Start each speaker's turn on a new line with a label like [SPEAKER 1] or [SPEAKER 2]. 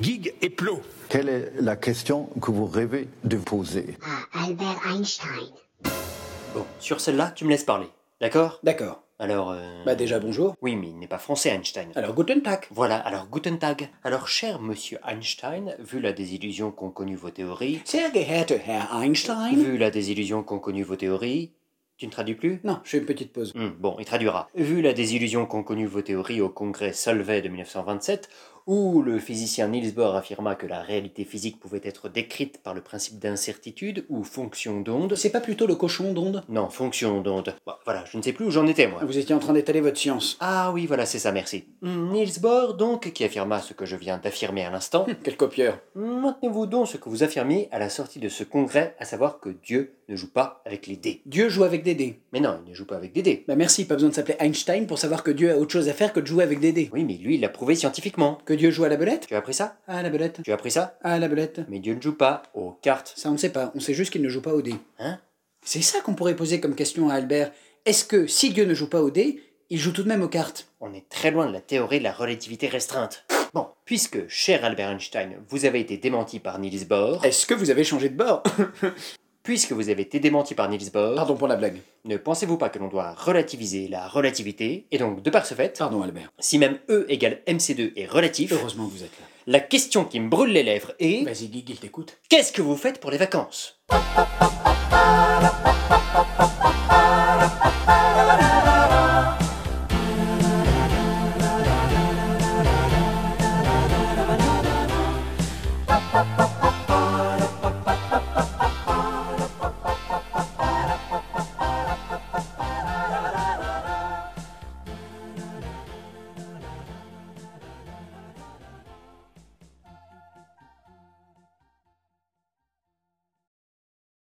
[SPEAKER 1] Gig et Plot.
[SPEAKER 2] Quelle est la question que vous rêvez de poser
[SPEAKER 3] à Albert Einstein.
[SPEAKER 4] Bon, sur celle-là, tu me laisses parler. D'accord
[SPEAKER 5] D'accord.
[SPEAKER 4] Alors. euh,
[SPEAKER 5] Bah déjà bonjour.
[SPEAKER 4] Oui, mais il n'est pas français, Einstein.
[SPEAKER 5] Alors Guten Tag.
[SPEAKER 4] Voilà, alors Guten Tag. Alors, cher monsieur Einstein, vu la désillusion qu'ont connue vos théories,
[SPEAKER 5] Sehr geehrter Herr Einstein.
[SPEAKER 4] vu la désillusion qu'ont connue vos théories, tu ne traduis plus
[SPEAKER 5] Non, je fais une petite pause.
[SPEAKER 4] Hmm, bon, il traduira. Vu la désillusion qu'ont connue vos théories au congrès Solvay de 1927, où le physicien Niels Bohr affirma que la réalité physique pouvait être décrite par le principe d'incertitude ou fonction d'onde.
[SPEAKER 5] C'est pas plutôt le cochon d'onde
[SPEAKER 4] Non, fonction d'onde. Bon, voilà, je ne sais plus où j'en étais, moi.
[SPEAKER 5] Vous étiez en train d'étaler votre science.
[SPEAKER 4] Ah oui, voilà, c'est ça, merci. Hmm, Niels Bohr, donc, qui affirma ce que je viens d'affirmer à l'instant.
[SPEAKER 5] Quel copieur.
[SPEAKER 4] Maintenez-vous donc ce que vous affirmiez à la sortie de ce congrès, à savoir que Dieu ne joue pas avec les dés.
[SPEAKER 5] Dieu joue avec des dés.
[SPEAKER 4] Mais non, il ne joue pas avec des dés.
[SPEAKER 5] Bah merci, pas besoin de s'appeler Einstein pour savoir que Dieu a autre chose à faire que de jouer avec des dés.
[SPEAKER 4] Oui, mais lui, il l'a prouvé scientifiquement.
[SPEAKER 5] Que Dieu joue à la belette
[SPEAKER 4] Tu as appris ça
[SPEAKER 5] Ah la belette.
[SPEAKER 4] Tu as appris ça
[SPEAKER 5] Ah la belette.
[SPEAKER 4] Mais Dieu ne joue pas aux cartes.
[SPEAKER 5] Ça on ne sait pas, on sait juste qu'il ne joue pas aux dés.
[SPEAKER 4] Hein
[SPEAKER 5] C'est ça qu'on pourrait poser comme question à Albert. Est-ce que si Dieu ne joue pas aux dés, il joue tout de même aux cartes
[SPEAKER 4] On est très loin de la théorie de la relativité restreinte. Bon, puisque, cher Albert Einstein, vous avez été démenti par Niels Bohr,
[SPEAKER 5] Est-ce que vous avez changé de bord
[SPEAKER 4] puisque vous avez été démenti par Niels Bohr,
[SPEAKER 5] Pardon pour la blague.
[SPEAKER 4] ne pensez-vous pas que l'on doit relativiser la relativité, et donc, de par ce fait,
[SPEAKER 5] Pardon Albert.
[SPEAKER 4] si même E égale MC2 est relatif,
[SPEAKER 5] Heureusement que vous êtes là.
[SPEAKER 4] la question qui me brûle les lèvres est
[SPEAKER 5] Vas-y Guigui, je t'écoute.
[SPEAKER 4] qu'est-ce que vous faites pour les vacances